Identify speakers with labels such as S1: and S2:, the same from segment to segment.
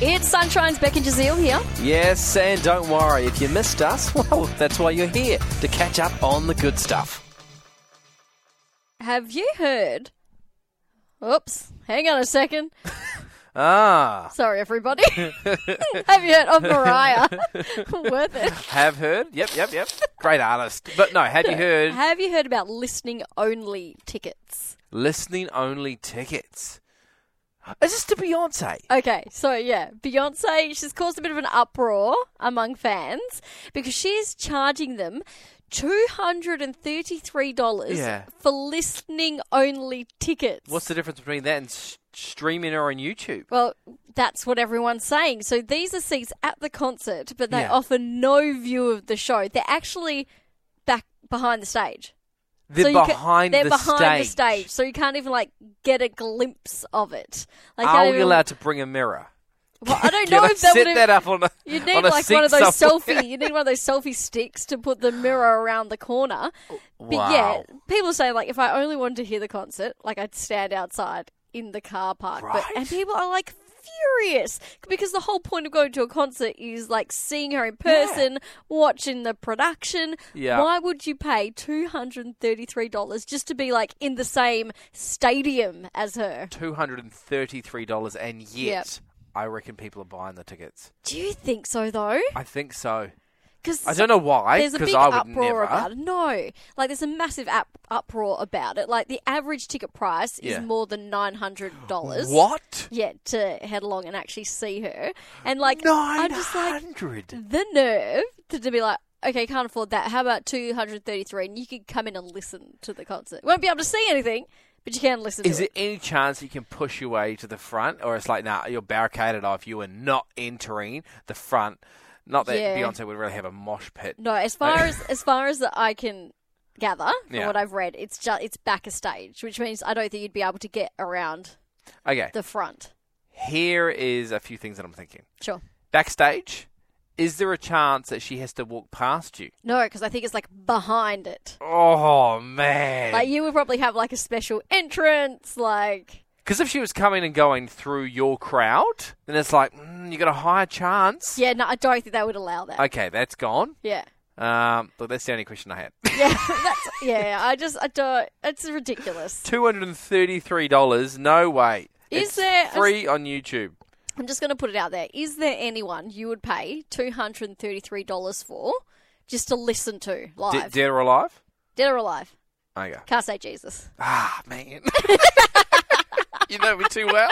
S1: It's Sunshine's Becky Jazeel here.
S2: Yes, and don't worry, if you missed us, well, that's why you're here, to catch up on the good stuff.
S1: Have you heard? Oops, hang on a second.
S2: Ah,
S1: Sorry, everybody. Have you heard of Mariah? Worth it.
S2: have heard? Yep, yep, yep. Great artist. But no, have you heard?
S1: Have you heard about listening only tickets?
S2: Listening only tickets. Is this to Beyonce?
S1: Okay, so yeah, Beyonce, she's caused a bit of an uproar among fans because she's charging them $233
S2: Yeah.
S1: for listening only tickets.
S2: What's the difference between that and s- streaming her on YouTube?
S1: well, that's what everyone's saying. So these are seats at the concert, but they
S2: Yeah.
S1: offer no view of the show. They're actually back behind the stage.
S2: They're
S1: you ca-
S2: behind,
S1: they're
S2: the,
S1: behind the
S2: stage.
S1: stage, so you can't even like get a glimpse of it. Like, you
S2: Are
S1: don't
S2: we
S1: even-
S2: allowed to bring a mirror?
S1: Well, I don't
S2: Can
S1: know
S2: I
S1: if that
S2: set
S1: would have.
S2: that up on a
S1: You need
S2: on a
S1: like
S2: seat
S1: one of those
S2: somewhere?
S1: selfie. You need one of those selfie sticks to put the mirror around the corner. But
S2: Wow.
S1: yeah, people say like if I only wanted to hear the concert, like I'd stand outside in the car park. But
S2: Right.
S1: and people are like furious because the whole point of going to a concert is like seeing her in
S2: Yeah.
S1: person, watching the production.
S2: Yeah.
S1: Why would you pay two hundred and thirty three dollars just to be like in the same stadium as her?
S2: Two hundred and thirty-three dollars, and yet I reckon people are buying the tickets.
S1: Do you think so though?
S2: I think so.
S1: Because
S2: I don't know why,
S1: There's a
S2: because
S1: big
S2: I would
S1: uproar
S2: never.
S1: about it. No, like there's a massive up- uproar about it. Like the average ticket price is
S2: Yeah.
S1: more than nine hundred dollars.
S2: What?
S1: Yeah, to head along and actually see her, and like I'm
S2: Nine
S1: just like
S2: hundred.
S1: the nerve to, to be like, okay, can't afford that. How about two hundred thirty-three? And you can come in and listen to the concert. Won't be able to see anything, but you can listen.
S2: Is
S1: to
S2: there any chance you can push your way to the front, or it's like, nah, you're barricaded off. You are not entering the front. Not that
S1: Yeah.
S2: Beyonce would really have a mosh pit.
S1: No, as far as as far as that I can gather from
S2: Yeah.
S1: what I've read, it's just it's back a stage, which means I don't think you'd be able to get around
S2: Okay,
S1: the front.
S2: here is a few things that I'm thinking.
S1: Sure.
S2: Backstage, is there a chance that she has to walk past you?
S1: No, because I think it's like behind it.
S2: Oh man!
S1: Like you would probably have like a special entrance, like
S2: Because if she was coming and going through your crowd, then it's like mm, you got a higher chance.
S1: yeah. No, I don't think they would allow that.
S2: Okay, that's gone.
S1: yeah,
S2: Um, look, that's the only question I had.
S1: yeah, that's yeah. I just I don't. It's ridiculous.
S2: Two hundred and thirty-three dollars. No way.
S1: Is
S2: It's
S1: there-
S2: free on YouTube?
S1: I'm just going to put it out there. Is there anyone you would pay two hundred and thirty three dollars for just to listen to
S2: D-
S1: live,
S2: dead or alive?
S1: dead or alive?
S2: Okay.
S1: Can't say Jesus.
S2: Ah man, you know me too well.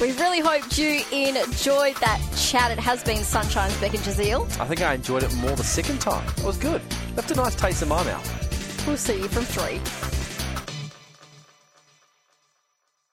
S1: We really hoped you enjoyed that chat. It has been Sunshine's Beck and Jazeel.
S2: I think I enjoyed it more the second time. It was good. Left a nice taste in my mouth.
S1: We'll see you from three.